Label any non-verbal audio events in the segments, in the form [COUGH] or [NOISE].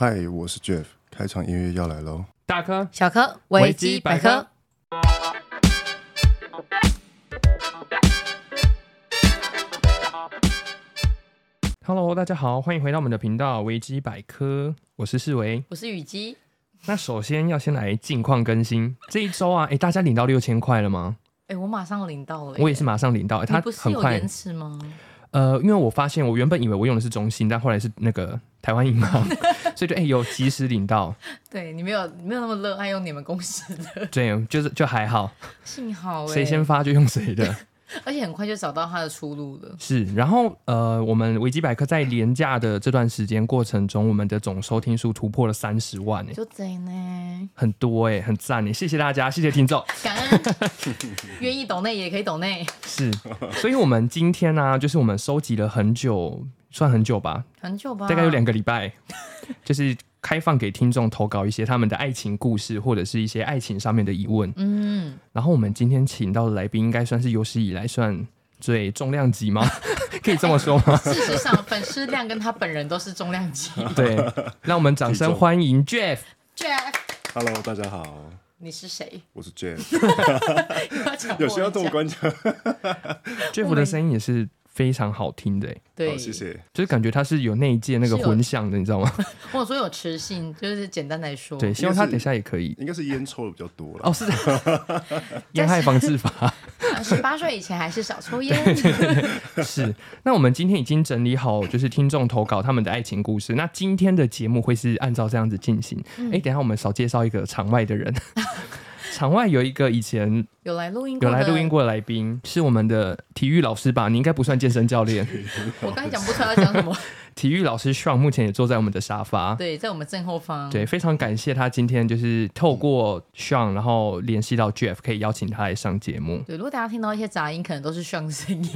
嗨，我是 Jeff，开场音乐要来喽。大科小柯维维基基百百科科。 ，Hello，大家好，欢迎回到我们的频道维基百科，我是世维。我是雨姬，那首先要先来近况更新，这一周啊，哎，大家领到六千块了吗？哎、我马上领到了耶，我也是马上领到，诶它你不是很有快延，迟吗？呃，因为我发现我原本以为我用的是中信，但后来是那个台湾银 [LAUGHS] 行，所以就哎有及时领到，对你没有没有那么热爱用你们公司的，对，就是就还好，幸好哎，谁先发就用谁的。 [LAUGHS] 而且很快就找到他的出路了。是，然后呃，我们维基百科在廉价的这段时间过程中，我们的总收听数突破了三十万诶、就贼呢，很多诶、很赞诶、谢谢大家，谢谢听众。感 [LAUGHS] 恩，愿意抖内也可以抖内，是，所以我们今天呢、 [LAUGHS] 就是我们收集了很久，算很久吧，很久吧，大概有两个礼拜， [LAUGHS] 就是开放给听众投稿一些他们的爱情故事，或者是一些爱情上面的疑问。嗯，然后我们今天请到的来宾，应该算是有史以来算最重量级吗？ [LAUGHS] 可以这么说吗？ [LAUGHS] 事实上，粉丝量跟他本人都是重量 [LAUGHS] 级。对，让我们掌声欢迎 Jeff。 Jeff， Hello，大家好，你 [LAUGHS] 是谁？我是 [LAUGHS] Jeff。要强迫有需要这么人家关卡？ Jeff 的声音也是非常好听的欸，对，好，谢。谢。就是感觉他是有那一届那个是有混响的，你知 [LAUGHS] 道吗？或者说有磁性，就是简单来说，对，希望他等一下也可以。应该是烟抽的比较多了。哦，是的， [LAUGHS] [LAUGHS] 烟害防治法十八岁以前还是少抽烟。 [LAUGHS] 是。那我们今天已经整理好，就是听众投稿他们的爱情故事。那今天的节目会是按照这样子进行。哎、等一下我们少介绍一个场外的人。场外有一个以前有来录音，有来录音。过的来宾，是我们的体育老师吧？你应该不算健身教练，我刚才讲不哦出来要讲什么。体育老师 Sean 目前也坐在我们的沙发。 [LAUGHS] 对，在我们正后方。对，非常感谢他今天就是透过 Sean，然后联系到 Jeff，可以邀请他来上节目。对，如果大家听到一些杂音，可能都是炫 [LAUGHS] 声音。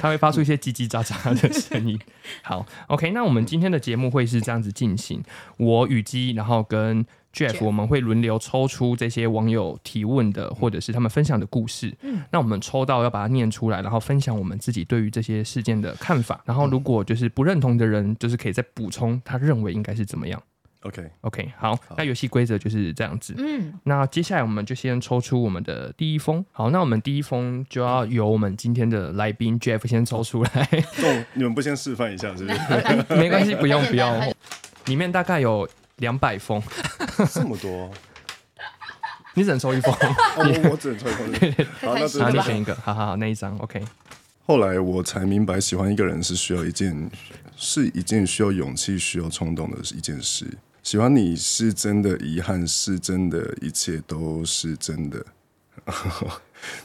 他会发出一些叽叽喳喳的声 [LAUGHS] 音。好，OK，那我们今天的节目会是这样子进行：我雨姬，然后跟 Jeff， Jeff 我们会轮流抽出这些网友提问的或者是他们分享的故事。嗯，那我们抽到要把它念出来，然后分享我们自己对于这些事件的看法。然后如果就是不认同的人，就是可以再补充他认为应该是怎么样。哦 OK， OK，好，那游戏规则就是这样子。嗯，那接下来我们就先抽出我们的第一封。好，那我们第一封就要由我们今天的来宾 Jeff 先抽出来，这种你们不先示范一下，是 [LAUGHS] 不是？没关系，不用很不简单用。里面大概有两百封，这么多？你只能抽一封，哦，我我只能抽 [LAUGHS] 一口。好，那这然后太开心你了吧选一个，好好好，那一张 OK。后来我才明白，喜欢一个人是需要一件，是一件需要勇气、需要冲动的一件事。喜欢你是真的遗憾，是真的，一切都是真的。 [LAUGHS]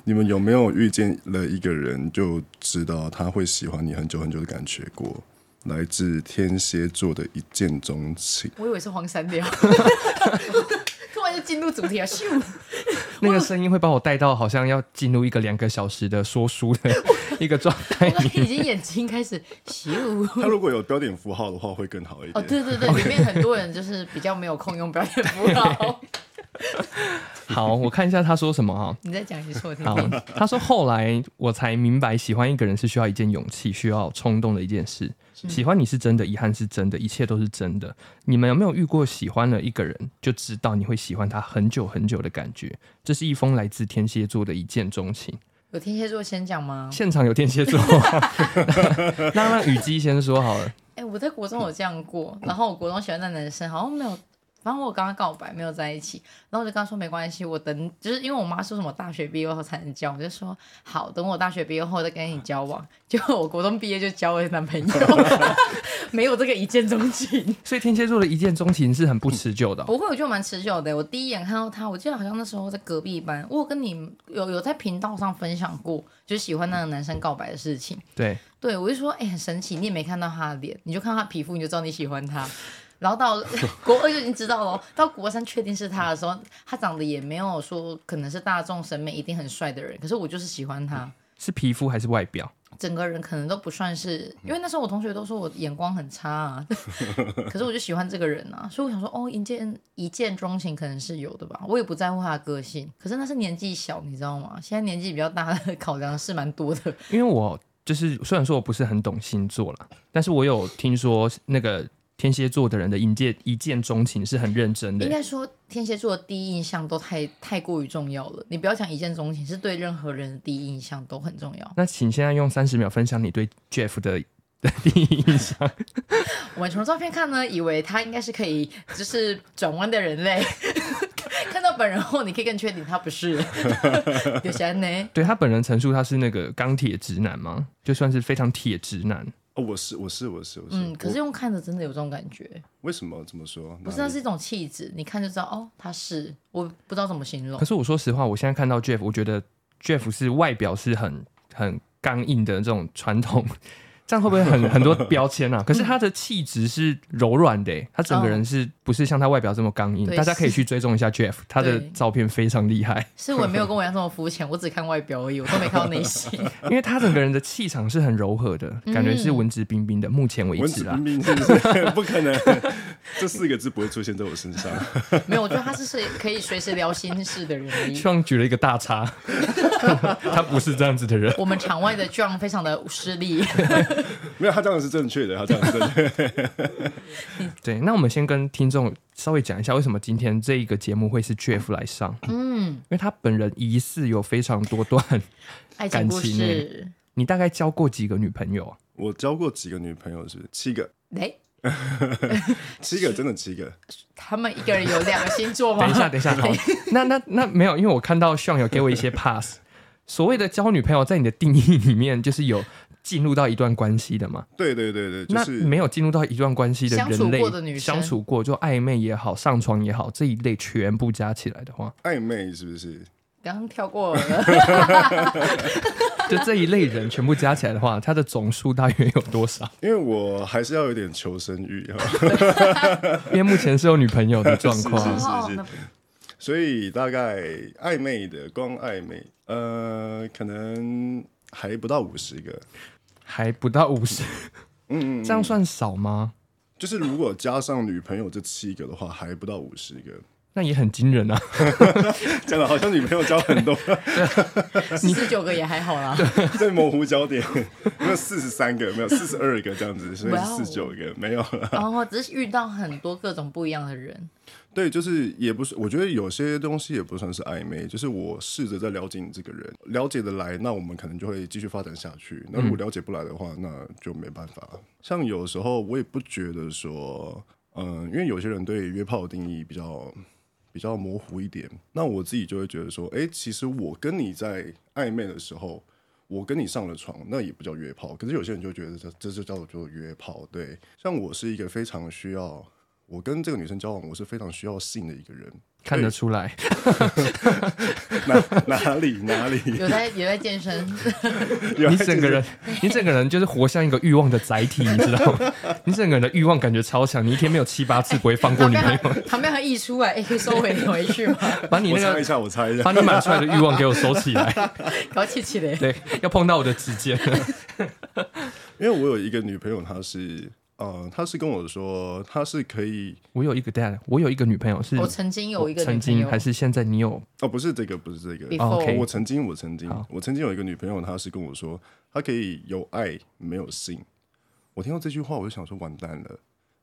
你们有没有遇见了一个人，就知道他会喜欢你很久很久的感觉过？来自天蝎座的一见钟 [LAUGHS] 情。 [LAUGHS] 我以为是黄山 [LAUGHS] 料，突然就进入主题了，咻！那个声音会把我带到好像要进入一个两个小时的说书的 [LAUGHS] 一个状态 [LAUGHS] 我刚里。才已经眼睛开始 [LAUGHS] 咻。他如果有标点符号的话，会更好一哦，点。对对对，里面很多人就是比较没有空用表演符 [LAUGHS] 号。好，我看一下他说什么哈。你再讲一次我听好听。，他说后来我才明白，喜欢一个人是需要一件勇气、需要冲动的一件事。喜欢你是真的，遗憾是真的，一切都是真的。你们有没有遇过喜欢了一个人就知道你会喜欢他很久很久的感觉？这是一封来自天蝎座的一见钟情。有天蝎座先讲吗？现场有天蝎 [LAUGHS] 座，那让雨姬先说好了。哎、我在国中有这样过，然后我国中喜欢的男生好像没有，反正我跟他告白没有在一起，然后我就跟他说没关系，我等，就是因为我妈说什么大学毕业后才能交往，我就说好，等我大学毕业后再跟你交往。 [LAUGHS] 结果我国中毕业就交了男朋友， [LAUGHS] 没有这个一见钟情。所以天蝎座的一见钟情是很不持久的哦、不会，我觉得蛮持久的。我第一眼看到他，我记得好像那时候在隔壁班，我有跟你有有在频道上分享过，就喜欢那个男生告白的事情。对，对，我就说，哎、很神奇，你也没看到他的脸，你就看到他皮肤，你就知道你喜欢他。然后到 [LAUGHS] 国二就已经知道了，到国三确定是他的时候，他长得也没有说可能是大众审美一定很帅的人，可是我就是喜欢他，是皮肤还是外表？整个人可能都不算是，因为那时候我同学都说我眼光很差啊， [LAUGHS] 可是我就喜欢这个人啊，所以我想说，哦，一见一见钟情可能是有的吧，我也不在乎他的个性，可是那是年纪小，你知道吗？现在年纪比较大的 [LAUGHS] 考量是蛮多的，因为我就是虽然说我不是很懂星座啦，但是我有听说那个天蝎座的人的一见一见钟情是很认真应的。该说，天蝎座的第一印象都太太过于重要了。你不要讲一见钟情，是对任何人的第一印象都很重要。那请现在用三十秒分享你对 Jeff 的 [LAUGHS] 的第一印象。我们从照片看呢，以为他应该是可以就是转弯的人类， [LAUGHS] 看到本人后，你可以更确定他不是。 [LAUGHS] 有谁呢？对他本人陈述，他是那个钢铁直男吗？就算是非常铁直男。哦，我是我是我是我是，嗯，可是我用看着真的有这种感觉，为什么怎么说？不是，哪啊那里是一种气质，你看就知道哦，他是，我不知道怎么形容可。是我说实话，我现在看到 Jeff，我觉得 Jeff 是外表是很很刚硬的这种传统，这样会不会很很多标签啊？可是他的气质是柔软的、欸他整个人是不是像他外表这么刚硬？嗯对大家可以去追踪一下 Jeff，他的对照片非常厉害，是我也没有跟我一样这么肤浅，我只看外表而已，我都没看到内心。因 [LAUGHS] 为他整个人的气场是很柔和的，嗯感觉是文质彬彬的。目前为文止质啊啦彬，彬是不是？不可能， [LAUGHS] 这四个字不会出现在我身上。没有，我觉得他是是可以随时聊心事的人而已。希望举了一个大叉， [LAUGHS] 他不是这样子的人。我们场外的 John 非常的失利， [LAUGHS] 没有，他这样是正确的，他这样是正确的。对，那我们先跟听众稍微讲一下，为什么今天这一个节目会是 Jeff 来上？嗯，因为他本人疑似有非常多段，爱情故感情事。你大概交过几个女朋友啊？我交过几个女朋友，是不是七个，哎，七个，真的七个。他们一个人有两个星座吗？等一下，等一下，好，那那那没有，因为我看到 Sean 有给我一些 pass。所谓的交女朋友，在你的定义里面，就是有进入到一段关系的嘛？对对对对，就是那没有进入到一段关系的相处人类过的女生相处过，就暧昧也好，上床也好，这一类全部加起来的话，暧昧，是不是？ [LAUGHS] 刚刚跳过 [LAUGHS] 了，就这一类人全部加起来的话，它的总数大约有多少？因为我还是要有点求生欲，因为目前是有女朋友的状 [LAUGHS] 况是，哦是那 [LAUGHS] 所以大概暧昧的，光暧昧，呃，可能还不到五十个。还不到五十，嗯，嗯 [LAUGHS] 这样算少吗？就是如果加上女朋友这七个的话，还不到五十个。那也很惊人啊！讲的好像女朋友交很多，四十九个也还好啦。在模糊焦点， [LAUGHS] 没有四十三个，没有四十二个这样子，所以哇哦四十九个没有了。然后只是遇到很多各种不一样的人，对，就是也不是，我觉得有些东西也不算是暧昧，就是我试着在了解你这个人，了解的来，那我们可能就会继续发展下去。那如果了解不来的话，那就没办法。像有时候我也不觉得说，嗯、因为有些人对约炮的定义比较比较模糊一点，那我自己就会觉得说，诶，其实我跟你在暧昧的时候。我跟你上了床，那也不叫约炮。可是有些人就觉得这这就叫做约炮。对，像我是一个非常需要我跟这个女生交往，我是非常需要性的一个人。看得出来，哪哪里哪里，有在有在健身， [LAUGHS] 哦原来就你是整个人，你整个人就是活像一个欲望的载体，你知道吗？ [LAUGHS] 你整个人的欲望感觉超强，你一天没有七八次不会放过旁女边朋还友，旁边还溢出来，哎，可以收回回去吗？把你我猜那一个啊下，我猜一下把，你满出来的欲望给我收起来，搞起起来，对，要碰到我的指尖了。 [LAUGHS] 因为我有一个女朋友，她是呃，她是跟我说，她是可以我有一个 dad，我有一个女朋友是，我曾经有一个曾女朋经友还是现在，你有哦，不是这个，不是这个，哦哦 OK before，我曾经我曾经好我曾经有一个女朋友，她是跟我说，她可以有爱没有性。我听到这句话，我就想说，完蛋了，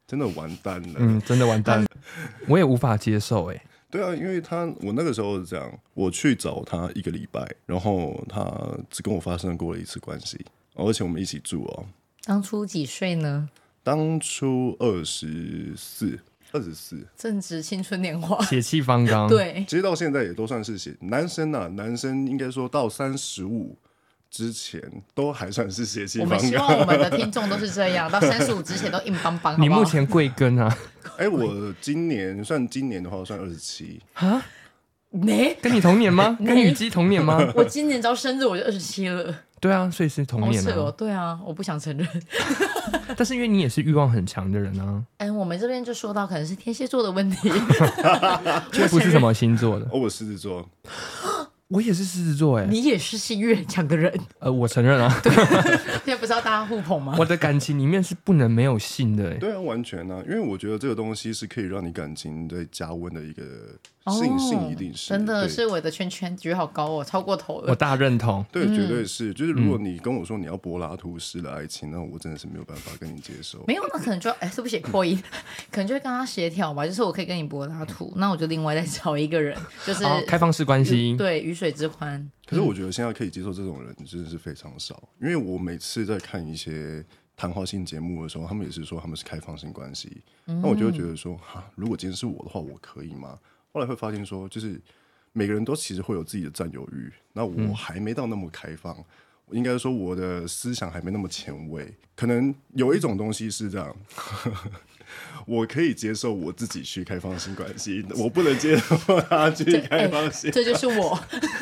真的完蛋了。嗯，真的完蛋了，嗯我也无法接受哎、对啊，因为他我那个时候是这样，我去找他一个礼拜，然后他只跟我发生过了一次关系，而且我们一起住哦。当初几岁呢？当初二十四，二十四，正值青春年华，血气方刚，对，其实到现在也都算是写男生呐、男生应该说到三十五之前都还算是血气我方们希刚。望我们的听众都是这样，到三十五之前都硬邦邦，你好不目好前贵庚啊？ [LAUGHS] 哎，我今年算今年的话算二十七，没。跟你同年 [LAUGHS] 吗？你跟雨姬同年吗？ [LAUGHS] [LAUGHS] 我今年只要生日我就二十七了，对啊，所以是同好年扯啊。哦！对啊，我不想承认。但是因为你也是欲望很强的人啊， [LAUGHS] 哎，我们这边就说到可能是天蝎座的问 [LAUGHS] 题，却不是什么星座的。哦，我狮子座，我也是狮子座哎、你也是性欲很强的人， [LAUGHS] 呃，我承认啊，这不是要大家互捧吗？我的感情里面是不能没有性的、欸，对啊，完全啊，因为我觉得这个东西是可以让你感情对加温的一个哦性性一定是真的对是我的圈圈举好高哦，超过头我了。大认同。对，绝对是。就是如果你跟我说你要柏拉图式的爱情，那我真的是没有办法跟你接受。没有，那可能就哎，对不起，破音， [LAUGHS] 可能就会跟他协调吧。就是我可以跟你柏拉图，那我就另外再找一个人，哦就是、好，开放式关系，对鱼水之欢。可是我觉得现在可以接受这种人真的是非常少，因为我每次在看一些谈话性节目的时候，他们也是说他们是开放性关系，嗯那我就会觉得说，哈，如果今天是我的话，我可以吗？后来会发现说，就是每个人都其实会有自己的占有欲，那我还没到那么开放。应该说我的思想还没那么前卫，可能有一种东西是这样， [LAUGHS] 我可以接受我自己去开放性关系，我不能接受他去哎开放性这就是我。 [LAUGHS]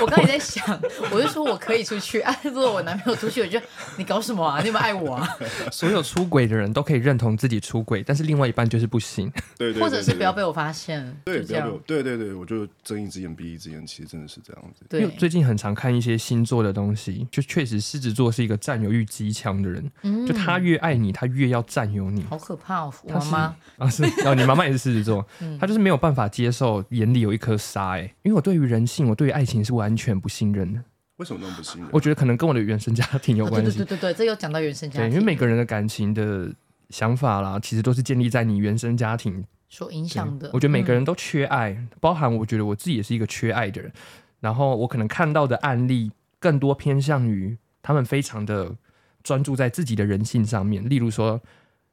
我刚才在想，我就说我可以出去，啊，如果我男朋友出去，我就你搞什么啊？你有没有爱我啊？所有出轨的人都可以认同自己出轨，但是另外一半就是不行。对对对或者是对不要被我发现，对，就不这要样被我，对对对，我就睁一只眼闭一只眼，其实真的是这样子。因为对，最近很常看一些星座的东西，就确实狮子座是一个占有欲极强的人，嗯就他越爱你，他越要占有你。好可怕哦，我他妈是妈。啊，是哦，你妈妈也是狮子 [LAUGHS] 座，嗯她就是没有办法接受眼里有一颗沙、欸。因为我对于人性，我对于爱情是完全不信任的。为什么那么不信任？我觉得可能跟我的原生家庭有哦关对系。对对对对，这又讲到原生家对，庭，因为每个人的感情的想法啦，其实都是建立在你原生家庭。所影对响的，嗯我觉得每个人都缺爱，包含我觉得我自己也是一个缺爱的人。然后我可能看到的案例更多偏向于他们非常的专注在自己的人性上面，例如说。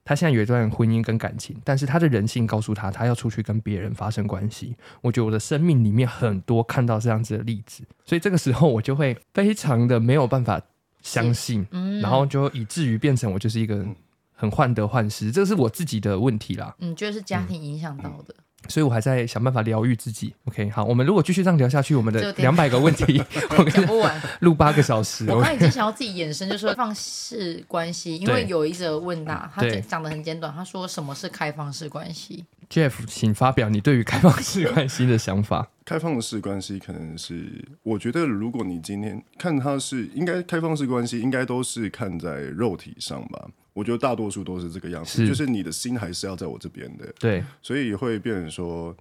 他现在有一段婚姻跟感情，但是他的人性告诉他，他要出去跟别人发生关系。我觉得我的生命里面很多看到这样子的例子，所以这个时候我就会非常的没有办法相信，嗯，然后就以至于变成我就是一个很患得患失，这是我自己的问题啦，嗯，觉得是家庭影响到的，所以我还在想办法疗愈自己。OK，好，我们如果继续这样聊下去，我们这的有点两百个问题，我讲跟不 [LAUGHS] 完。录八个小时，我我刚才已经想要自己延伸，就说放式关系，因为对有一则问答，他对讲的很简短，他说什么是开放式关系？ Jeff，请发表你对于开放式关系的想法。开放式关系可能是，我觉得如果你今天看它是应该开放式关系，应该都是看在肉体上吧。我觉得大多数都是这个样子，是就是你的心还是要在我这边的，对，所以会变成说，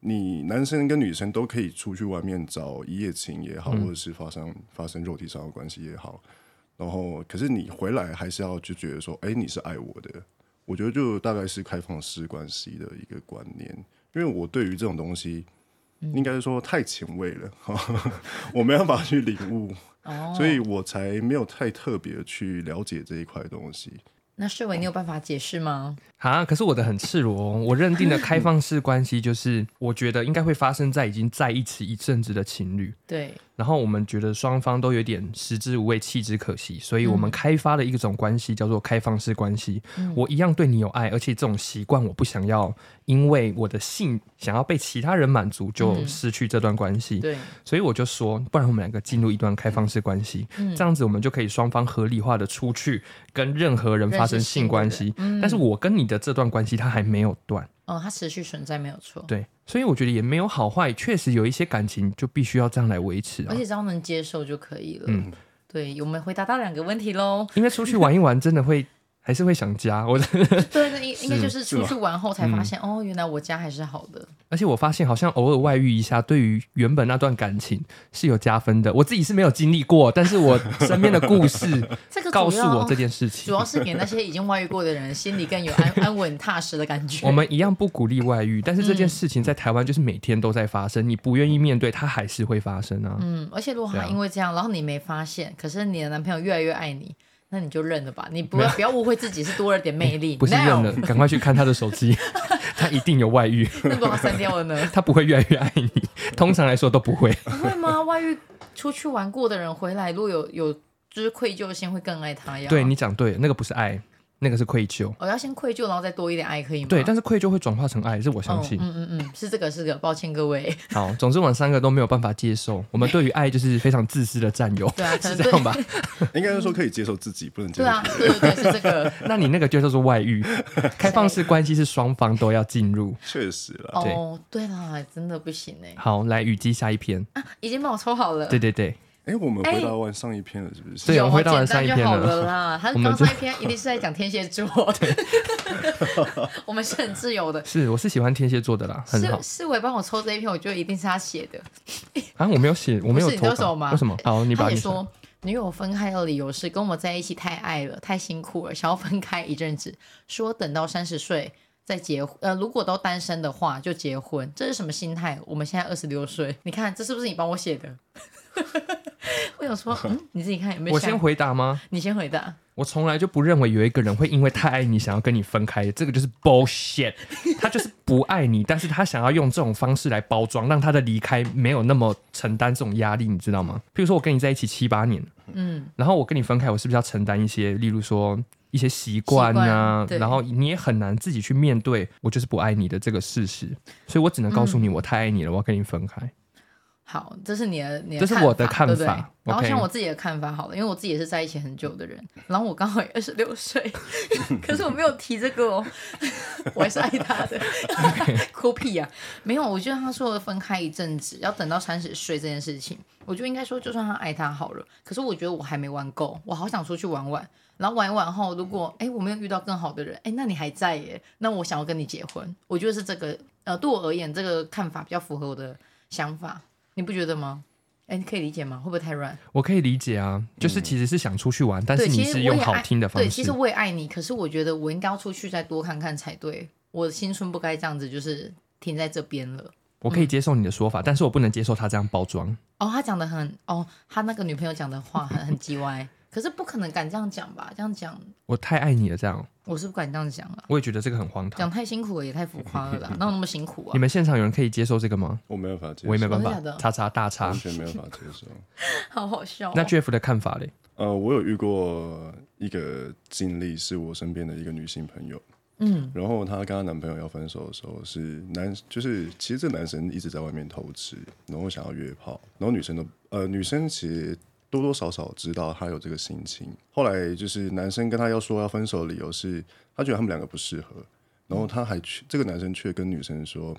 你男生跟女生都可以出去外面找一夜情也嗯好，或者是发生发生肉体上的关系也好，然后可是你回来还是要就觉得说，哎、你是爱我的。我觉得就大概是开放式关系的一个观念，因为我对于这种东西，嗯应该是说太前卫了， [LAUGHS] 我没办法去领悟，哦， [LAUGHS] 所以我才没有太特别去了解这一块东西。那世伟，你有办法解释吗？啊，可是我的很赤裸、哦，我认定的开放式关系就是，我觉得应该会发生在已经在一起一阵子的情侣。对，然后我们觉得双方都有点食之无味，弃之可惜，所以我们嗯开发了一种关系，叫做开放式关系。我一样对你有爱，而且这种习惯我不想要，因为我的性想要被其他人满足，就嗯失去这段关系。对，所以我就说，不然我们两个进入一段开放式关系，嗯这样子我们就可以双方合理化的出去跟任何人发生性关系。嗯但是我跟你的这段关系它还没有断，哦，它持续存在没有错，对，所以我觉得也没有好坏，确实有一些感情就必须要这样来维持啊而。且只要能接受就可以了。嗯对，我们回答到两个问 [LAUGHS] 题喽。因为出去玩一玩，真的会还是会想家。我 [LAUGHS] 对，那应应该就是是出吗去玩后才嗯发现，哦，原来我家还是好的。而且我发现，好像偶尔外遇一下，对于原本那段感情是有加分的。我自己是没有经历过，但是我身边的故事 [LAUGHS] 这个主告诉要我这件事情主。要是给那些已经外遇过的人心里更有安安稳踏实的感觉。我们一样不鼓励外遇，但是这件事情在台湾就是每天都在发生，你不愿意面对，它还是会发生啊。嗯，而且如果对他啊因为这样，然后你没发现，可是你的男朋友越来越爱你，那你就认了吧，你不要不要误会自己是多了点魅力，不是 No，认了，赶快去看他的手 [LAUGHS] 机，他一定有外遇，那把我删掉了呢 [LAUGHS] ？他不会越来越爱你。通常来说都不 [LAUGHS] 会。不会吗？外遇出去玩过的人回来，如果有有就是愧疚心，会更爱他呀。对你讲对了，那个不是爱，那个是愧疚。哦我、要先愧疚，然后再多一点爱，可以吗？哦对，但是愧疚会转化成爱，这我相信。嗯嗯嗯嗯，是这个是这个，抱歉各位。好，总之我们三个都没有办法接受，我们对于爱就是非常自私的占有，对啊，[LAUGHS] 是可能这对样吧？应该是说可以接受自己，不能接对受啊，对对对，[LAUGHS] 是这个。那你那个就叫做外 [LAUGHS] 遇，开放式关系是双方都要进入。确实啦，对哦，对啦，真的不行哎，嗯啊好，来雨姬下一篇，已经帮我抽好了。对对对，哎，我们哎回到完上一篇了，是不是？对哦有我啊回到简完单上一就篇好了了啦。他 [LAUGHS] 我们刚就上一篇一定是在讲天蝎 [LAUGHS] 座的， [LAUGHS] 我们是很自由的。是，我是喜欢天蝎座的啦，很是好是伟帮我抽这一篇，我觉得一定是他写的。啊。我没有写，我没有不是你投都稿手，吗为什么？好，你把他也你说说，女友分开的理由是跟我在一起太爱了，太辛苦了，想要分开一阵子， [LAUGHS] 说等到三十岁再结婚。呃，如果都单身的话就结婚，这是什么心态？我们现在二十六岁，你看这是不是你帮我写的？ [LAUGHS] 我想说，嗯，你自己看有没有我想？先回答吗？你先回答。我从来就不认为有一个人会因为太爱你想要跟你分开，这个就是 bullshit。他就是不爱你，但是他想要用这种方式来包装，让他的离开没有那么承担这种压力，你知道吗？譬如说我跟你在一起七八年，嗯，然后我跟你分开，我是不是要承担一些，例如说一些习惯习惯啊，对然后你也很难自己去面对我就是不爱你的这个事实，所以我只能告诉嗯你我太爱你了，我要跟你分开。好，这是你的你的，这是我的看看法法对不 OK 对然后像我自己的看法好了，因为我自己也是在一起很久的人，然后我刚好也二十六岁， [LAUGHS] 可是我没有提这个哦， [LAUGHS] 我还是爱他的， [LAUGHS] 哭屁呀、没有，我觉得他说的分开一阵子，要等到三十岁这件事情，我就应该说，就算他爱他好了，可是我觉得我还没玩够，我好想出去玩玩。然后玩一玩后，如果哎我没有遇到更好的人，哎那你还在耶，那我想要跟你结婚，我觉得是这个呃对我而言这个看法比较符合我的想法，你不觉得吗？哎，你可以理解吗？会不会太软？我可以理解啊，就是其实是想出去玩，但对，是其你实是我用也好爱听的方对，其式实。我也爱你，可是我觉得我应该要出去再多看看才对。我的青春不该这样子，就是停在这边了。我可以接受你的说法，但是我不能接受他这样包装。哦，他讲的很哦，他那个女朋友讲的话很很叽歪，可是不可能敢这样讲吧？这样讲我太爱你了，这样我是不敢这样讲啊，我也觉得这个很荒唐。讲太辛苦了，也太浮夸了啦，哪有那么辛苦啊 [LAUGHS] 你？们现场有人可以接受这个吗？我没有办法接受，我也没办真法的假的，叉叉大叉完。全没有办法接 [LAUGHS] 受。好好笑哦、那 Jeff 的看法嘞？呃，我有遇过一个经历，是我身边的一个女性朋友，嗯，然后她跟她男朋友要分手的时候，是男，就是其实这男生一直在外面偷吃，然后想要约炮，然后女生都呃，女生其实多多少少知道他有这个心情。后来就是男生跟她要说要分手的理由是，他觉得他们两个不适合，然后他还去这个男生却跟女生说。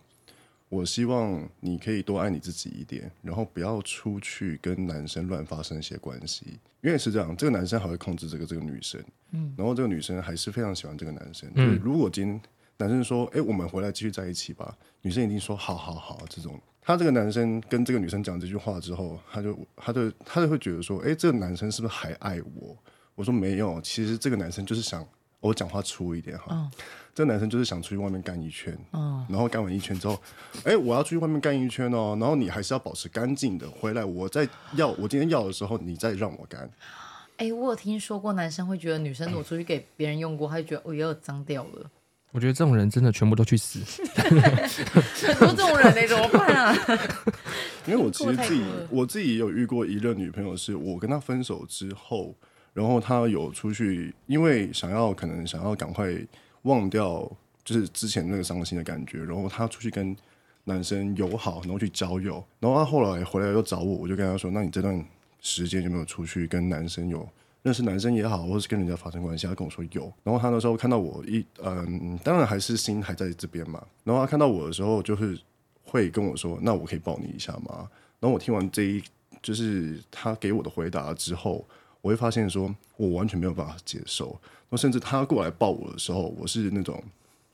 我希望你可以多爱你自己一点，然后不要出去跟男生乱发生一些关系，因为是这样，这个男生还会控制这个这个女生，嗯，然后这个女生还是非常喜欢这个男生，就是如果今天男生说，哎、我们回来继续在一起吧，女生一定说好好好这种。他这个男生跟这个女生讲这句话之后，他就他就他就会觉得说，哎、这个男生是不是还爱我？我说没有，啊其实这个男生就是想，我讲话粗一点哈，这个男生就是想出去外面干一圈，然后干完一圈之后，哎，我要出去外面干一圈哦，然后你还是要保持干净的，回来我再要，我今天要的时候你再让我干，哎、我有听说过男生会觉得女生如果出去给别人用过，他就觉得哦，也有脏掉了。我觉得这种人真的全部都去死。 [LAUGHS] 很多这种人呢、怎么办啊？因为我其实自己过太多了我自己有遇过一任女朋友，是我跟她分手之后，然后她有出去，因为想要可能想要赶快忘掉就是之前那个伤心的感觉，然后她出去跟男生友好，然后去交友，然后她后来回来又找我，我就跟她说，那你这段时间有没有出去跟男生有？认识男生也好，或是跟人家发生关系，她跟我说有。然后她那时候看到我一嗯，当然还是心还在这边嘛。然后她看到我的时候，就是会跟我说：“那我可以抱你一下吗？”然后我听完这一，就是他给我的回答之后，我会发现说，我完全没有办法接受。那甚至他过来抱我的时候，我是那种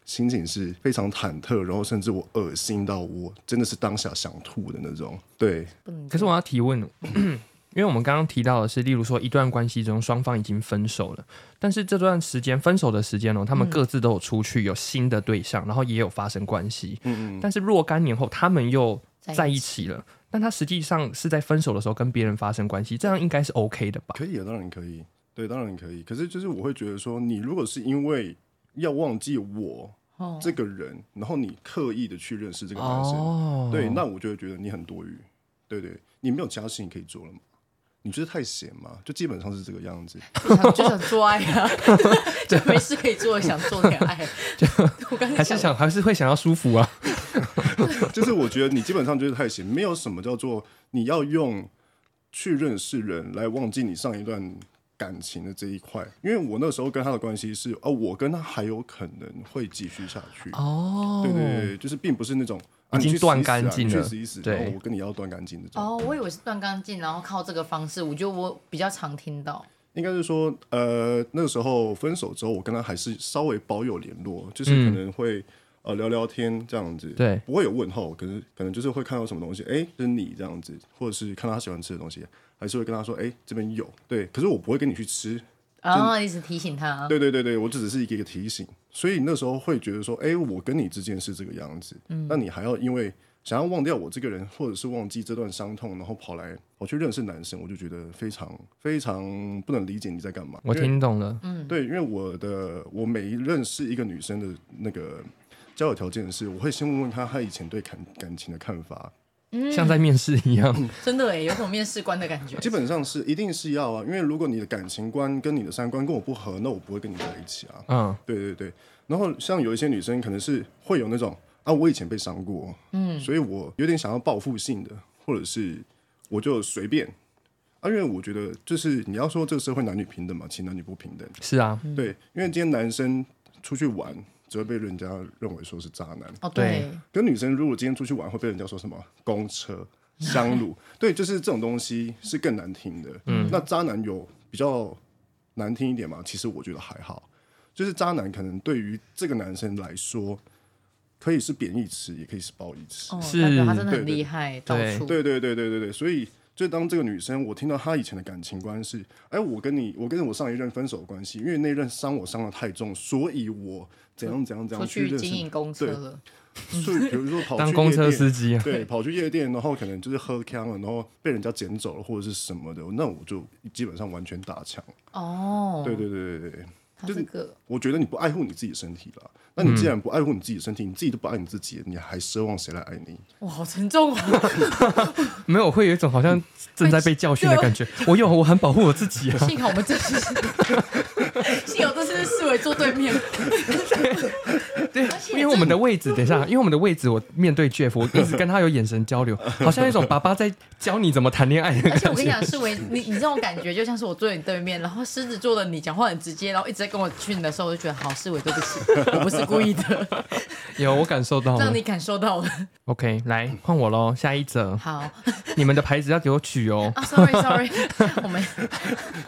心情是非常忐忑，然后甚至我恶心到我真的是当下想吐的那种。对， [LAUGHS] 不能可是我要提问， [CLEARS THROAT] 因为我们刚刚提到的是，例如说一段关系中双方已经分手了，但是这段时间分手的时间哦，他们各自都有出去，有新的对象，然后也有发生关系。嗯嗯。但是若干年后，他们又在一起了，但他实际上是在分手的时候跟别人发生关系，这样应该是 OK 的吧？可以啊，当然可以。对，当然可以。可是就是我会觉得说，你如果是因为要忘记我哦，这个人，然后你刻意的去认识这个男生，哦对，那我就会觉得你很多余。对对，你没有其他事情可以做了吗？你就是太闲嘛，就基本上是这个样子。 [LAUGHS] 就想就想做爱 [LAUGHS] 啊，就没事可以做，想做点爱。我刚才还是想想还是会想要舒服啊。就是我觉得你基本上就是太闲，没有什么叫做你要用去认识人来忘记你上一段感情的这一块。因为我那时候跟他的关系是，哦，我跟他还有可能会继续下去。哦对对对，就是并不是那种啊你已去经死断一死啊干净你去了死一死，对然后我跟你要断干净的状态。哦，我以为是断干净，然后靠这个方式，我觉得我比较常听到。应该是说，呃，那个时候分手之后，我跟他还是稍微保有联络，就是嗯可能会、呃聊聊天这样子，对不会有问候，可能可能就是会看到什么东西，哎、这是你这样子，或者是看到他喜欢吃的东西，还是会跟他说，哎、这边有，对，可是我不会跟你去吃，然啊后一直提醒他，对对对对，我只是一个一个提醒，所以那时候会觉得说，哎、我跟你之间是这个样子，嗯那你还要因为想要忘掉我这个人，或者是忘记这段伤痛，然后跑来我去认识男生，我就觉得非常非常不能理解你在干嘛，我因为听懂了，对，因为我的我每认识一个女生的那个交友条件是，我会先问问她她以前对感感情的看法，像在面试一样。嗯真的诶，有种面试官的感觉。基本上是一定是要啊，因为如果你的感情观跟你的三观跟我不合，那我不会跟你在一起啊。嗯，对对对，然后像有一些女生可能是会有那种啊，我以前被伤过，嗯，所以我有点想要报复性的，或者是我就随便。啊，因为我觉得就是你要说这个社会男女平等嘛，其实男女不平等，是啊，对，因为今天男生出去玩，只会被人家认为说是渣男；哦，对对，跟女生如果今天出去玩，会被人家说什么公车、香炉，对，就是这种东西是更难听的。嗯，那渣男有比较难听一点吗？其实我觉得还好，就是渣男可能对于这个男生来说，可以是贬义词，也可以是褒义词。哦，是代表他真的对很对厉害，到对处对对对对对对，所以就当这个女生，我听到她以前的感情观是，哎，我跟你，我跟我上一任分手的关系，因为那任伤我伤的太重，所以我怎样怎样怎出样去去认经营识，公车对了，所以比如说跑去当公车夜店司机 [LAUGHS] 啊，对，跑去夜店，然后可能就是喝呛了，然后被人家捡走了或者是什么的，那我就基本上完全打枪。哦，对对对对对，他就这是个我觉得你不爱护你自己身体了，那你既然不爱护你自己身体，你自己都不爱你自己，你还奢望谁来爱你？哇，好沉重啊！没有，我会有一种好像正在被教训的啊感觉。 [LAUGHS] 我有，我很保护我自 [LAUGHS] 己啊。 [LAUGHS] 幸好我们这次， [LAUGHS] 幸好这次是视为坐对面， [LAUGHS] 对且，因为我们的位置，等一下，因为我们的位置，我面对 Jeff，我一直跟他有眼 [LAUGHS] 神交流，好像一种爸爸在教你怎么谈恋爱 [LAUGHS] 的而且感我跟你觉。讲，视为你你这种感觉就像是我坐你对面，然后狮子座的你讲话很直接，然后一直在跟我训的时候，我就觉得好，视为对不起，我不是故意的，有，我感受到让了你。感受到了。 OK，来换我喽，下一则，好你们的牌子要给我取哦。啊，sorry sorry，我 [LAUGHS] 们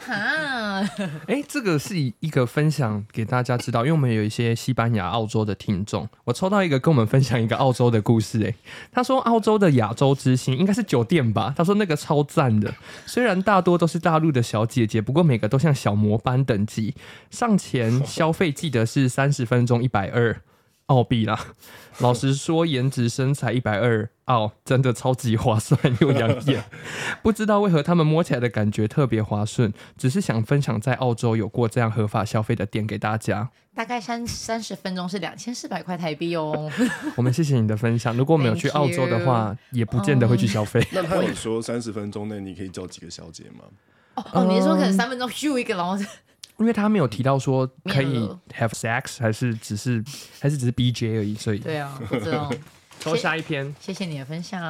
啊，哎，这个是一个分享给大家知道，因为我们有一些西班牙、澳洲的听众，我抽到一个跟我们分享一个澳洲的故事。哎，他说澳洲的亚洲之星应该是酒店吧？他说那个超赞的，虽然大多都是大陆的小姐姐，不过每个都像小模班等级，上前消费记得是三十分钟一百二澳币啦。老实说，颜值身材一百二澳真的超级划算又养眼。不知道为何他们摸起来的感觉特别滑顺，只是想分享在澳洲有过这样合法消费的店给大家。大概三三十分钟是两千四百块台币哦。我们谢谢你的分享。如果我们有去澳洲的话，也不见得会去消费。嗯那他有说三十分钟内你可以叫几个小姐吗？哦哦，你是说可能三分钟咻一个，然后因为他没有提到说可没以有 have sex，还是只是还是只是 BJ 而已，所以对啊，不知道。抽下一篇。谢谢你的分享。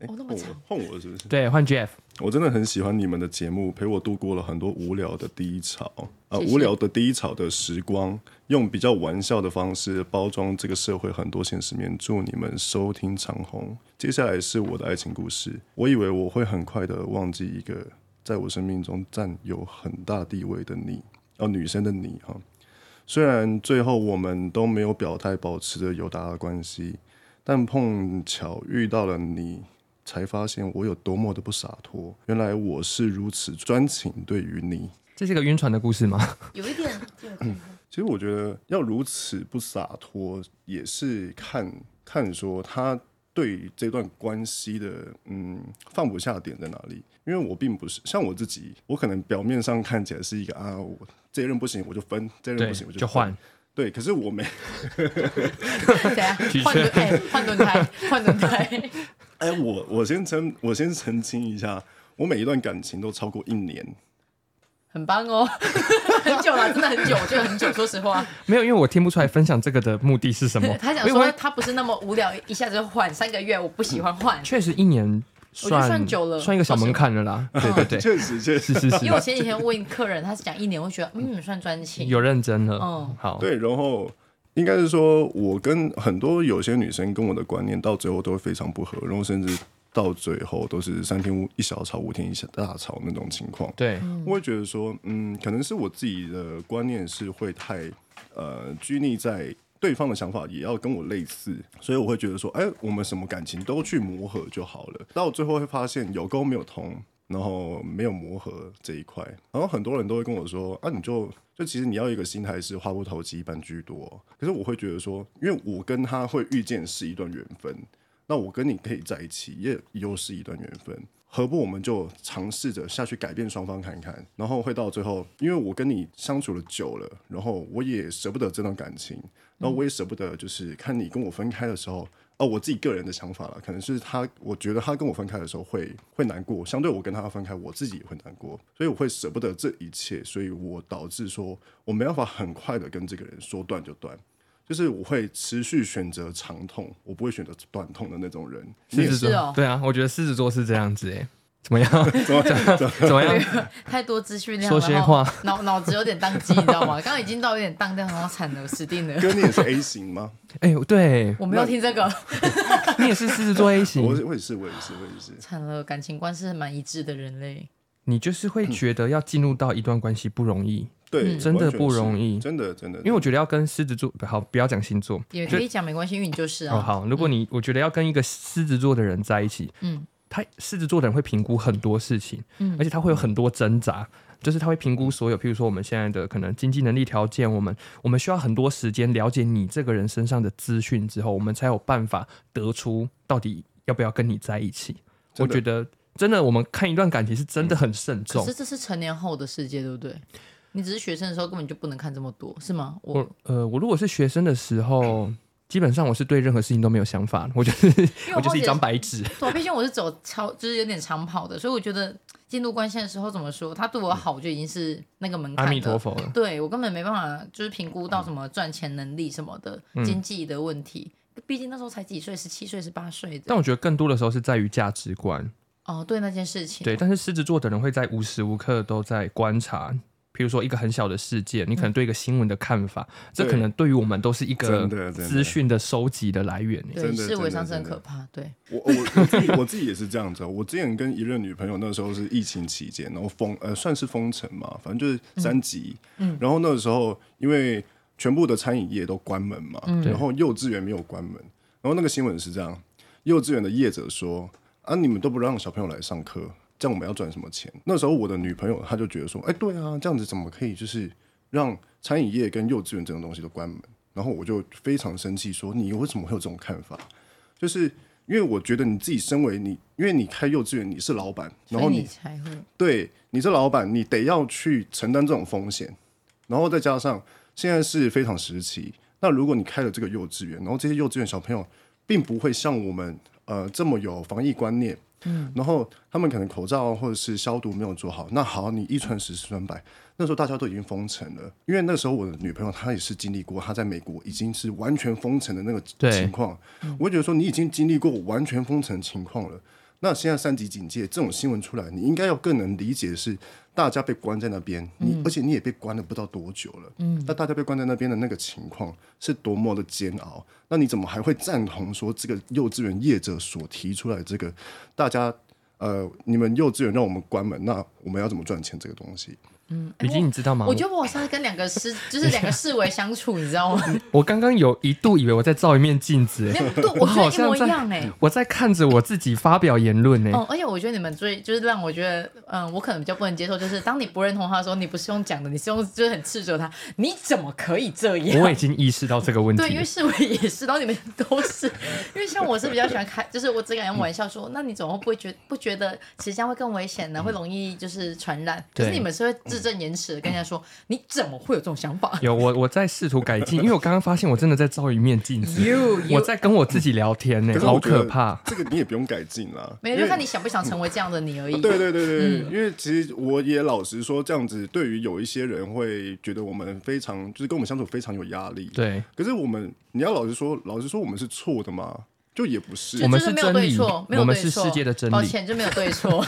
哎哦那么换我长换我是不是？对，换 Jeff，我真的很喜欢你们的节目，陪我度过了很多无聊的低潮，呃，谢谢无聊的低潮的时光，用比较玩笑的方式包装这个社会很多现实面。祝你们收听长虹。接下来是我的爱情故事。我以为我会很快的忘记一个在我生命中占有很大地位的你，哦、女生的你哈。虽然最后我们都没有表态，保持着友达的关系，但碰巧遇到了你，才发现我有多么的不洒脱。原来我是如此专情对于你。这是一个晕船的故 [LAUGHS] 事吗？有一点，其实我觉得要如此不洒脱，也是看看说他对这段关系的嗯放不下的点在哪里。因为我并不是像我自己，我可能表面上看起来是一个啊，我这一任不行我就分，这一任对，不行我就分换。。对，可是我没等一下举换轮哎，换轮胎，换轮胎。哎，我我先澄我先澄清一下，我每一段感情都超过一年。很棒哦， [LAUGHS] 很久啊了，真的很久，我觉得很久。说实话，没有，因为我听不出来分享这个的目的是什么。 [LAUGHS] 他想因为我说他不是那么无聊，一下子就换三个月，我不喜欢换，确实一年我觉得算算久了算一个小门槛了啦。对 [LAUGHS] 对对，确实确实是是因为我是，前几天问客人，他是讲一年，我觉得嗯算专情，有认真了。嗯好，对，然后应该是说，我跟很多有些女生跟我的观念到最后都会非常不合，然后甚至到最后都是三天一小吵，五天一小大吵那种情况。对，我会觉得说，嗯，可能是我自己的观念是会太呃拘泥在对方的想法也要跟我类似，所以我会觉得说，哎，我们什么感情都去磨合就好了。到最后会发现有沟没有通，然后没有磨合这一块。然后很多人都会跟我说，啊，你就就其实你要一个心态是话不投机半居多。可是我会觉得说，因为我跟他会遇见是一段缘分，那我跟你可以在一起，也又是一段缘分。何不我们就尝试着下去改变双方看看，然后会到最后，因为我跟你相处了久了，然后我也舍不得这段感情，然嗯后我也舍不得，就是看你跟我分开的时候，哦，我自己个人的想法了，可能是他，我觉得他跟我分开的时候会会难过，相对我跟他分开，我自己也会难过，所以我会舍不得这一切，所以我导致说我没办法很快的跟这个人说断就断。就是我会持续选择长痛，我不会选择短痛的那种人。你狮也子是座，是哦对啊，我觉得狮子座是这样子哎，怎么样？ [LAUGHS] 怎么怎么样？太多资讯量，说些然后话脑脑子有点宕机，你知道吗？ [LAUGHS] 刚刚已经到有点宕掉，然后惨了，死定了。哥，你也是 A 型吗？ [LAUGHS] 哎、对我没有听这个，你也是狮子座 [LAUGHS] A 我型，我也是，我也是，我也是。惨了，感情观是蛮一致的人类。你就是会觉得要进入到一段关系不容易，对，嗯真的完全不是容易真的真的。因为我觉得要跟狮子座，好，不要讲星座也可以讲没关系，因为你就是哦。啊，好，如果你、我觉得要跟一个狮子座的人在一起，嗯，他狮子座的人会评估很多事情，嗯而且他会有很多挣扎。就是他会评估所有，譬如说我们现在的可能经济能力条件，我们我们需要很多时间了解你这个人身上的资讯之后，我们才有办法得出到底要不要跟你在一起。我真的嗯觉得真的，我们看一段感情是真的很慎可重是。这是成年后的世界，对不对？你只是学生的时候根本就不能看这么多，是吗？我我呃，我如果是学生的时候，基本上我是对任何事情都没有想法，我就是因为我我就是一后张来白纸。对啊，毕竟我是走超，就是有点长跑的，所以我觉得进入关系的时候，怎么说，他对我好就已经是那个门槛阿了。弥陀佛了，对我根本没办法，就是评估到什么赚钱能力什么的，嗯经济的问题。毕竟那时候才几岁，十七岁、十八岁的但。我觉得更多的时候是在于价值观。哦，对那件事情，对，但是狮子座的人会在无时无刻都在观察。比如说一个很小的事件，你可嗯能对一个新闻的看法，这可能对于我们都是一个真的真的资讯的收集的来源。欸对真的视真的为上是很真可的怕。对，我我我自己我自己也是这样子哦。我之前跟一任女朋友那时候是疫情期间，然后封呃算是封城嘛，反正就是三级。嗯，然后那时候因为全部的餐饮业都关门嘛，然后幼稚园没有关门。然后那个新闻是这样：幼稚园的业者说啊，你们都不让小朋友来上课，这样我们要赚什么钱？那时候我的女朋友她就觉得说，哎，对啊，这样子怎么可以就是让餐饮业跟幼稚园这种东西都关门？然后我就非常生气，说你为什么会有这种看法？就是因为我觉得你自己身为你，因为你开幼稚园，你是老板，然后所以你你才嗯会对你是老板，你得要去承担这种风险，然后再加上现在是非常时期，那如果你开了这个幼稚园，然后这些幼稚园小朋友并不会像我们呃这么有防疫观念，嗯，然后他们可能口罩或者是消毒没有做好，那好，你一传十，十传百，那时候大家都已经封城了，因为那时候我的女朋友她也是经历过，她在美国已经是完全封城的那对个情况，我会觉得说你已经经历过完全封城的情况了。那现在三级警戒这种新闻出来，你应该要更能理解是大家被关在那边，你、嗯而且你也被关了不知道多久了。嗯，那大家被关在那边的那个情况是多么的煎熬。那你怎么还会赞同说这个幼稚园业者所提出来这个大家呃，你们幼稚园让我们关门，那我们要怎么赚钱这个东西？已经你知道吗？哎我觉得我好像在跟两个师，就是两个视为相处，你知道吗？我我刚刚有一度以为我在照一面镜子，没哎有，对，我我好觉得一像模一在样哎。我在看着我自己发表言论呢。哎哦，而且我觉得你们最就是让我觉得，嗯，我可能比较不能接受，就是当你不认同他的时候，你不是用讲的，你是用就是很斥责他，你怎么可以这我样 [LAUGHS] 已？经意识到这个问题对，了。因为世伟也是，然后你们都是，因为像我是比较喜欢开，就是我只敢用玩笑说，那你怎么会不会觉不觉得其实这样会更危险呢？会容易就是传染。可是对你们是会字正言辞的跟人家说，你怎么会有这种想法有我我在试图改进，因为我刚刚发现我真的在照一面镜子， ？You [LAUGHS] 我 you 在跟我自己聊天呢、可是好我觉得可怕。这个你也不用改进啦， [LAUGHS] 没因有为啊就看你想不想成为这样的你而已。对对对对，因为其实我也老实说，这样子对于有一些人会觉得我们非常就是跟我们相处非常有压力。，对，可是我们你要老实说，老实说我们是错的吗？就也不是就我。们就是没有真对理错，没有我们对是错世界的真抱理歉，就没有对 [LAUGHS] 错。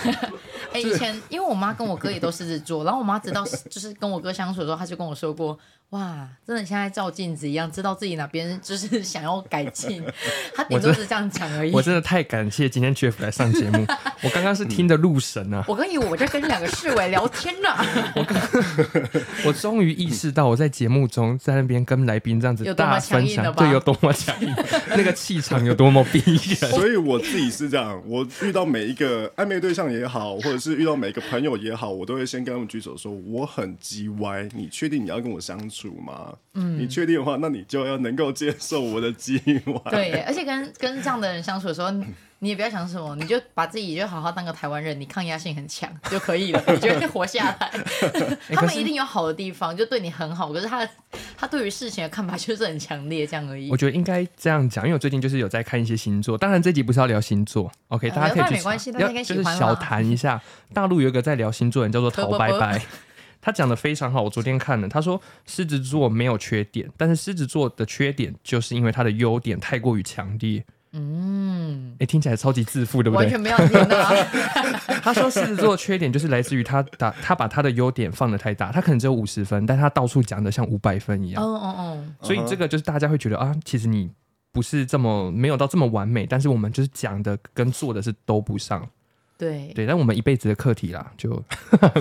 哎、以前因为我妈跟我哥也都狮子座，然后我妈直到就是跟我哥相处的时候，她就跟我说过，哇，真的像在照镜子一样，知道自己哪边就是 [LAUGHS] 想要改进。他顶多是这样讲而已。我真的太感谢今天 Jeff 来上节 [LAUGHS] 目，我刚刚是听的入神啊，我跟你，我在跟两个侍卫聊天呢、我终于意识到我在节目中在那边跟来宾这样子有多么大分强硬了享，吧对，有多么强硬，那个气场有多么逼人。所以我自己是这样，我遇到每一个暧昧对象也好，或者是遇到每一个朋友也好，我都会先跟他们举手说我很叽歪，你确定你要跟我相处吗？嗯，你确定的话，那你就要能够接受我的叽 [LAUGHS] 歪。对耶，而且跟跟这样的人相处的时候，你 [COUGHS] 你也不要想什么，你就把自己就好好当个台湾人，你抗压性很强就可以了，你就会活下 [LAUGHS] 来。他可们是一定有好的地方，就对你很好，可是他他对于事情的看法就是很强烈，这样而已我。觉得应该这样讲，因为我最近就是有在看一些星座，当然这集不是要聊星座，OK，、呃大家可以去没关系查大家要应该就喜是欢啦小谈一下。大陆有一个在聊星座的人叫做何陶伯白伯白， [LAUGHS] 他讲的非常好，我昨天看了，他说狮子座没有缺点，但是狮子座的缺点就是因为他的优点太过于强烈。嗯，哎、听起来超级自负，对不完对？全没有听 [LAUGHS] 到、啊，他说狮子座的缺点就是来自于他打他把他的优点放得太大，他可能只有五十分，但他到处讲的像五百分一样，嗯嗯嗯，所以这个就是大家会觉得啊，其实你不是这么没有到这么完美，但是我们就是讲的跟做的是都不上，对对，但我们一辈子的课题啦，就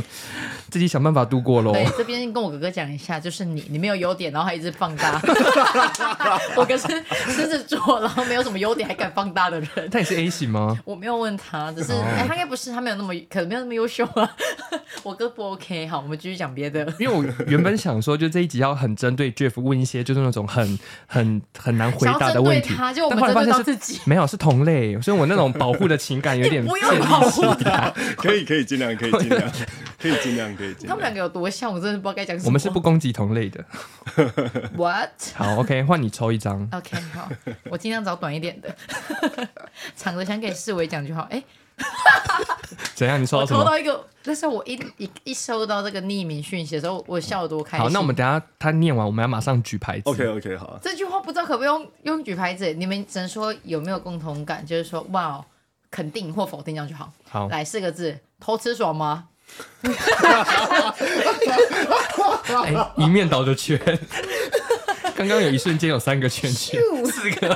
[LAUGHS] 自己想办法度过喽。对，哎这边跟我哥哥讲一下，就是你，你没有优点，然后还一直放大。 [LAUGHS] 我哥是狮子座，然后没有什么优点还敢放大的人。他也是 A 型吗？我没有问他，只哦是、哎，他应该不是，他没有那么，可能没有那么优秀啊。 [LAUGHS] 我哥不 OK，好，我们继续讲别的。因为我原本想说，就这一集要很针对 Jeff 问一些就是那种很很很难回想要答的针对问题，他，就我但后们来针发现对到是自己。没有是同类，所以我那种保护的情感有点 [LAUGHS] 你不用建立保起护来。可以，可以，尽量，可以尽量，可以尽量，可以尽他们量两。个有多像，我真的不知道该讲什么。我们是不攻击同类的。 what？OK，、好，OK，换你抽一张。 OK，好，我尽量找短一点的， [LAUGHS] 长的想给世伟讲就好。哎、怎样？你抽我到什抽么？到一个，那时候我一一一收到这个匿名讯息的时候，我笑得多开心。好，那我们等一下他念完，我们要马上举牌子。 OK，OK，好啊。这句话不知道可不可以用用举牌子，你们只能说有没有共同感，就是说哇哦，肯定或否定这样就好。好，来四个字，偷吃爽吗？哎、一面倒的圈。 [LAUGHS] 刚刚有一瞬间有三个圈圈，四个。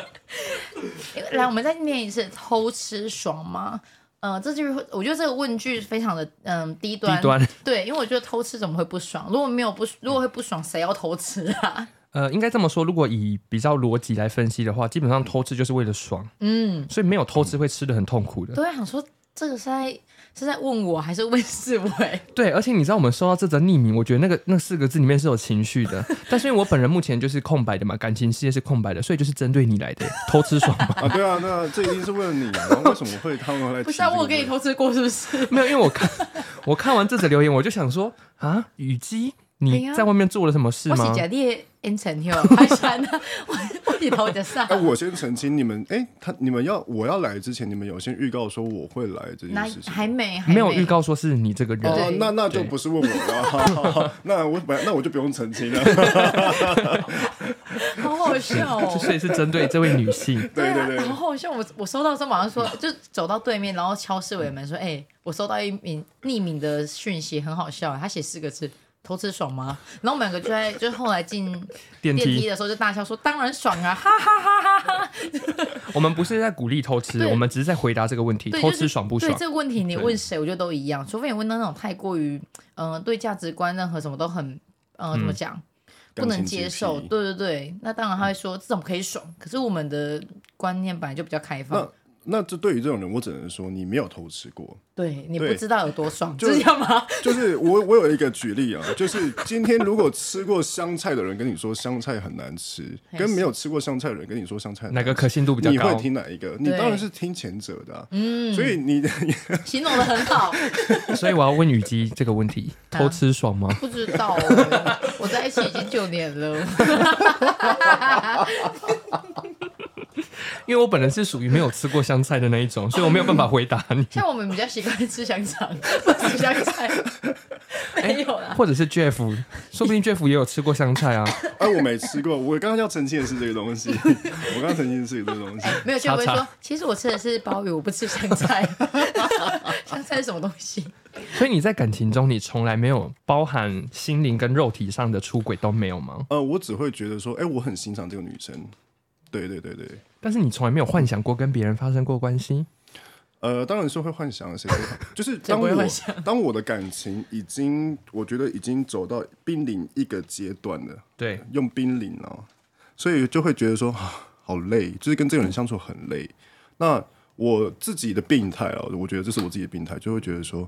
[LAUGHS] 来，我们再念一次，偷吃爽吗？呃，这句我觉得这个问句非常的嗯、低端，低端对，因为我觉得偷吃怎么会不爽？如果没有不，如果会不爽，谁要偷吃 [LAUGHS] 啊？呃，应该这么说，如果以比较逻辑来分析的话，基本上偷吃就是为了爽，嗯，所以没有偷吃会吃的很痛苦的。都会想说这个是在是在问我还是问 [LAUGHS] 世伟？对，而且你知道我们收到这则匿名，我觉得那个那四个字里面是有情绪 [LAUGHS] 的，但是因为我本人目前就是空白的嘛，感情世界是空白的，所以就是针对你来的， [LAUGHS] 偷吃爽吗？啊，对啊，对啊，这一定是为了你啊！为什么会他们会来？不是啊，我有跟你偷吃过是不是？没有，因为我看我看完这则留言，我就想说啊，雨姬，哎你呀在外面做了什么事我吗是？假的恩成哟， [LAUGHS] 还删啊，我我里头的 [LAUGHS] 上哎、。我先澄清，你们哎、他你们要我要来之前，你们有先预告说我会来这那件事情。还没，还没有预告说是你这个人，哦对，那那就不是问我 [LAUGHS] 了，好好好那我本来那我就不用澄清了。。好好笑哦。所以是针对这位女性 [LAUGHS] 对啊对，对然，后像我我收到之后马上说， [LAUGHS] 就走到对面，然后敲市委门说：“哎、我收到一名匿名的讯息，很好笑，他写四个字。”偷吃爽吗？然后我们两个就在，就是后来进电电梯梯，的时候就大笑说：“当然爽啊，哈哈哈哈哈哈 [LAUGHS] 我们不是在鼓励偷吃，对我们只是在回答这个问！”题，对，偷就是吃爽不爽对？这个问题，你问谁，我觉得都一样，除非你问到那种太过于，嗯、对价值观任何什么都很，嗯、怎么讲，不能接受。感情洁癖对对对，那当然他会说、这种可以爽，可是我们的观念本来就比较开放。那那这对于这种人，我只能说你没有偷吃过。对你不对知道有多爽，就是这样吗？就是我我有一个举例啊，就是今天如果吃过香菜的人跟你说香菜很难 [LAUGHS] 吃，还是跟没有吃过香菜的人跟你说香菜很哪难个可信度比较你会高？听哪一个？你对当然是听前者的、啊。嗯，所以你的 [LAUGHS] 形容的很好，所以我要问雨姬这个问题： [LAUGHS] 啊偷吃爽吗？不知道、哦，我在一起已经九年了，因为我本人是属于没有吃过香菜的那一 [LAUGHS] 种，所以我没有办法回答你。像我们比较习惯吃香肠，不吃香菜，没有啦。或者是 Jeff，说不定 Jeff 也有吃过香菜啊。哎、我没吃过，我刚刚要澄清的是这个东西， [LAUGHS] 我刚刚澄清的是这个东西。没有就会叉说叉，其实我吃的是鲍鱼，我不吃香菜。香菜是什么东西？所以你在感情中，你从来没有包含心灵跟肉体上的出轨都没有吗？呃，我只会觉得说，哎、我很欣赏这个女生。对对对对，但是你从来没有幻想过跟别人发生过关系？呃，当然是会幻想，谁会 [LAUGHS] 就是当不会我幻当我的感情已经，我觉得已经走到濒临一个阶段了，对，用濒临哦，所以就会觉得说啊好累，就是跟这个人相处很累。那我自己的病态啊，我觉得这是我自己的病态，就会觉得说，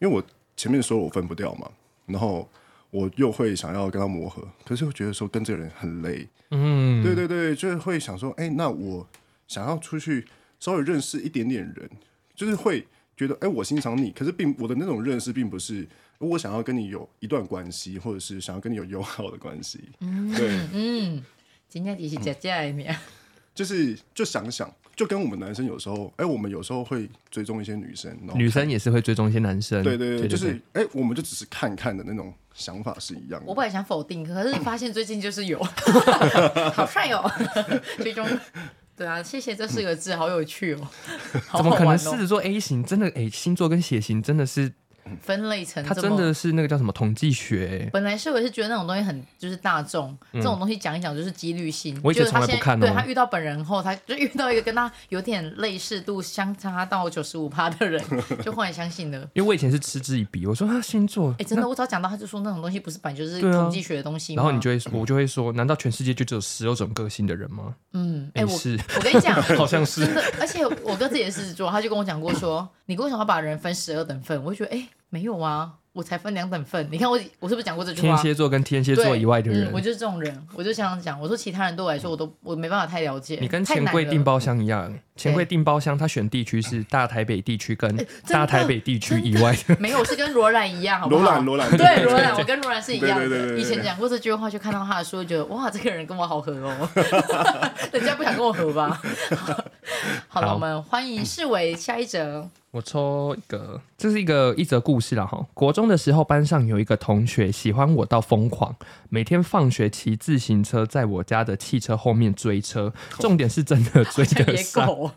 因为我前面说我分不掉嘛，然后我又会想要跟他磨合，可是又觉得说跟这个人很累，嗯，对对对，就是会想说，哎、那我想要出去稍微认识一点点人，就是会觉得，哎、我欣赏你，可是并我的那种认识并不是我想要跟你有一段关系，或者是想要跟你有友好的关系，对，嗯，今天只是姐姐的名，就是就想想，就跟我们男生有时候，哎、我们有时候会追踪一些女生，然后女生也是会追踪一些男生，对对对，就是哎、我们就只是看看的那种想法是一样我的。本来想否定，可是发现最近就是有，好帅哦，最终。对啊，谢谢这四个字，好有趣哦，好怎好么可玩能哦！狮子座 A 型真的？哎、星座跟血型真的是，分类成它这真么的是那个叫什么统计学、哎本来是我也是觉得那种东西很就是大众，这种东西讲一讲就是几率性。嗯我以前就是他从来不现在看哦对他遇到本人后，他就遇到一个跟他有点类似度相差到九十五趴 [LAUGHS] 的人，就忽然相信了。因为我以前是嗤之以鼻，我说他星座，哎、真的，我只要讲到他就说那种东西不是本来就是对啊统计学的东西吗、然后你就会说，我就会说，难道全世界就只有十六种个性的人吗？嗯，哎、哎、我是，我跟 [LAUGHS] 你讲，好像 [LAUGHS] 是真的，而且我哥自己也是狮子座，他就跟我讲过说，你为什么要把人分十二等份？我就觉得哎、没有啊，我才分两等份。你看我我是不是讲过这句天话？蝎座跟天蝎对，座以外的人嗯，，我就是这种人，我就想讲，我说其他人对我来说，我都我没办法太了解。你跟太钱难柜了嗯订包厢一样，钱柜订包厢，他选地区是大台北地区跟哎真大的台北地区以外的，没有，我是跟罗兰一样，好不罗好？兰，罗兰， [LAUGHS] 对罗兰，我跟罗兰是一样对的。对对对对以前讲过这句话，就看到他的书，就觉得哇，这个人跟我好合哦。 [LAUGHS] 人家不想跟我合吧？ [LAUGHS] 好了，好我们欢迎世伟下一 [LAUGHS] 则。我抽一个，这是一个一则故事了哈。国中的时候，班上有一个同学喜欢我到疯狂，每天放学骑自行车在我家的汽车后面追车，重点是真的追像得野上。狗，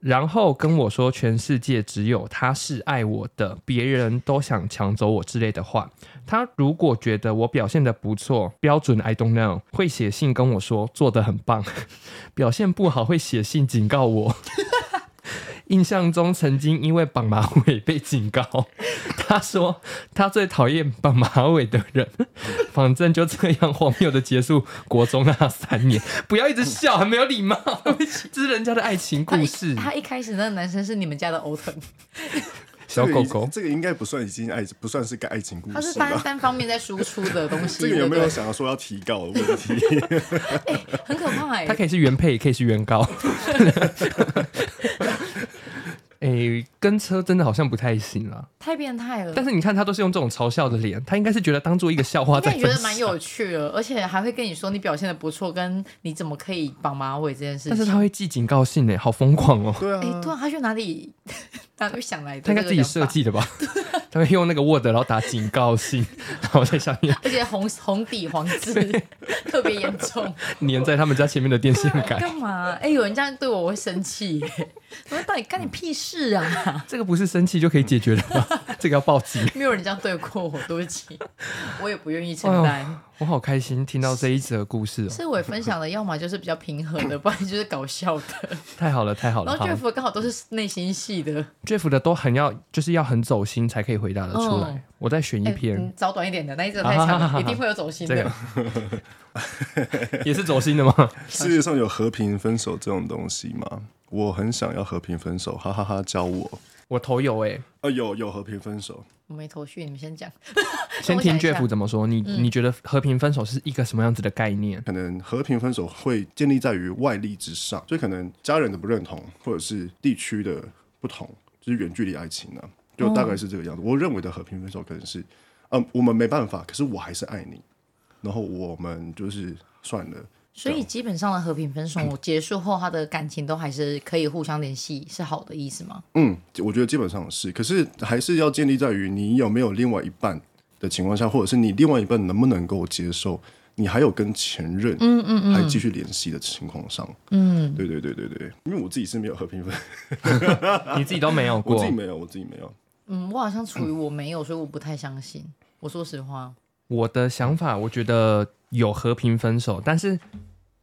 然后跟我说全世界只有他是爱我的，别人都想抢走我之类的话。他如果觉得我表现的不错，标准 I don't know，会写信跟我说做的很棒； [LAUGHS] 表现不好会写信警告我。 [LAUGHS] 印象中曾经因为绑马尾被警告，他说他最讨厌绑马尾的人。反正就这样荒谬的结束国中那三年，不要一直笑，很没有礼貌。这是人家的爱情他故一事。他一开始那个男生是你们家的欧腾，小狗狗，这个应该不算已经爱，不算是个爱情故他是事 [LAUGHS] 单吧？单方面在输出的东 [LAUGHS] 西。这个有没有对想要说要提高的问题？不对很可怕哎它？可以是原配，也可以是原告。 [LAUGHS] 诶、跟车真的好像不太行啦。太变态了。但是你看，他都是用这种嘲笑的脸，他应该是觉得当做一个笑话应在该分觉得享蛮有趣的，而且还会跟你说你表现的不错，跟你怎么可以绑马尾这件事但是情。他会寄警告信呢，好疯狂哦！对哎、啊突，然他去哪里， [LAUGHS] 哪里想来的？他应该自己设，计的吧？ [LAUGHS] 他会用那个 Word，然后打警告信，然后在下面而且红红底黄字 [LAUGHS] 特别严 [LAUGHS] 重。粘在他们家前面的电线 [LAUGHS] 杆。干嘛？哎、有人这样对我，我会生气耶。我说到底干你屁事啊！ [LAUGHS] 这个不是生气就可以解决的吗？这个要报警。没有人这样对过我，对不起，我也不愿意承哎担。呦，我好开心听到这一则故事哦！是我分享的，要么就是比较平和的，不然就是搞笑的。太好了，太好了！然后好 Jeff 刚好都是内心戏的， Jeff 的都很要，就是要很走心才可以回答得出来。嗯我再选一哎篇，嗯找短一点的，那一则太啊长哈哈哈了，哈一定会有走心这的个。 [LAUGHS] 也是走心的吗？世界上有和平分手这种东西吗？我很想要和平分手，哈哈哈教我。我头有哎、呃，有有和平分手，我没头绪，你们先讲。啊先我听想一下嗯 Jeff 怎么说。你、你觉得和平分手是一个什么样子的概念？可能和平分手会建立在于外力之上，所以可能家人的不认同，或者是地区的不同，就是远距离爱情啊，就大概是这个样子。我认为的和平分手可能是，嗯，我们没办法，可是我还是爱你，然后我们就是算了。所以基本上的和平分手 [CLEARS THROAT] 结束后，他的感情都还是可以互相联系，是好的意思吗？嗯，我觉得基本上是，可是还是要建立在于你有没有另外一半的情况下，或者是你另外一半能不能够接受你还有跟前任，嗯嗯嗯，还继续联系的情况上，嗯，对对对对对，因为我自己是没有和平分，啊你自己都没有我过自己，没有，我自己没有，嗯，我好像处于我没有，所以我不太相信。我说实话，我的想法，我觉得有和平分手，但是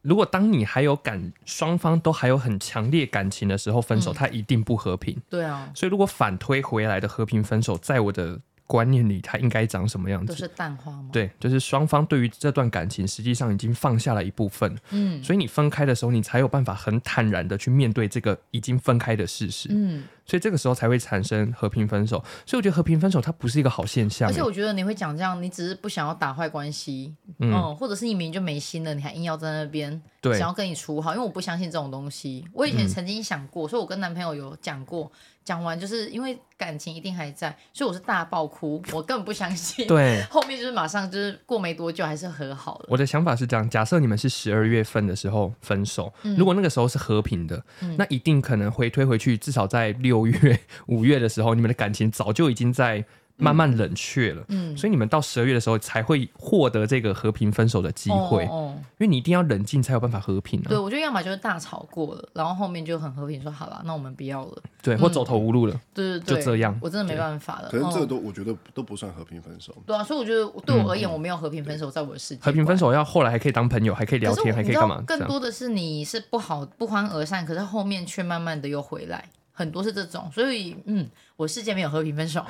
如果当你还有感，双方都还有很强烈感情的时候分手，嗯它一定不和平。对嗯啊，所以如果反推回来的和平分手，在我的观念里，它应该长什么样都是子？淡化嘛。，对，就是双方对于这段感情实际上已经放下了一部分，嗯所以你分开的时候，你才有办法很坦然的去面对这个已经分开的事实，嗯，所以这个时候才会产生和平分手。所以我觉得和平分手它不是一个好现象啊欸而，且我觉得你会讲这样，你只是不想要打坏关系，嗯嗯，或者是你明明就没心了，你还硬要在那边对想要跟你处好，因为我不相信这种东西。我以前曾经想过，所以我跟男朋友有讲过，讲完就是因为感情一定还在，所以我是大爆哭，我根本不相信。，对。后面就是马上就是过没多久还是和好了。我的想法是这样：假设你们是十二月份的时候分手，嗯如果那个时候是和平的，那一定可能回推回去，至少在六月、五月的时候，你们的感情早就已经在慢慢冷却了。嗯，所以你们到十二月的时候才会获得这个和平分手的机会，哦哦因为你一定要冷静才有办法和平对，啊，我觉得要么就是大吵过了，然后后面就很和平说好了，那我们不要了。对，或走投无路了。对对对，就这样我真的没办法了。可是这嗯都我觉得都不算和平分手。对啊，所以我觉得对我而言，我没有和平分手，在我的世界和平分手。手要后来还可以当朋友，还可以聊可是天，我还你可以知干道嘛？这更样多的是你是不好不欢而散，可是后面却慢慢的又回来，很多是这种。所以嗯，我世界没有和平分手，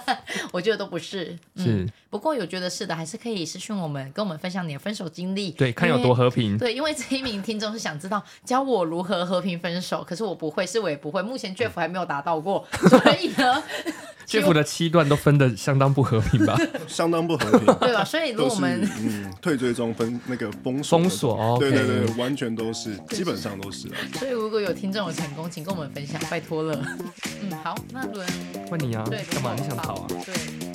[LAUGHS] 我觉得都不嗯是。是不过有觉得是的，还是可以私讯我们，跟我们分享你的分手经历，对，看有因多为。和平。对，因为这一名听众是想知道教我如何和平分手，可是我不会，是我也不会，目前 Jeff 还没有达到过，所以呢，这幅的七段都分的相当不和平吧？相当不和平。 [LAUGHS] 对吧？所以如都果是我们嗯退追踪分那个封锁封锁哦对 OK 对对，完全都是，基本上都是啊。所以如果有听众有成功，请跟我们分享，拜托了。嗯，好，那轮问你啊对，干嘛？你想逃啊？对，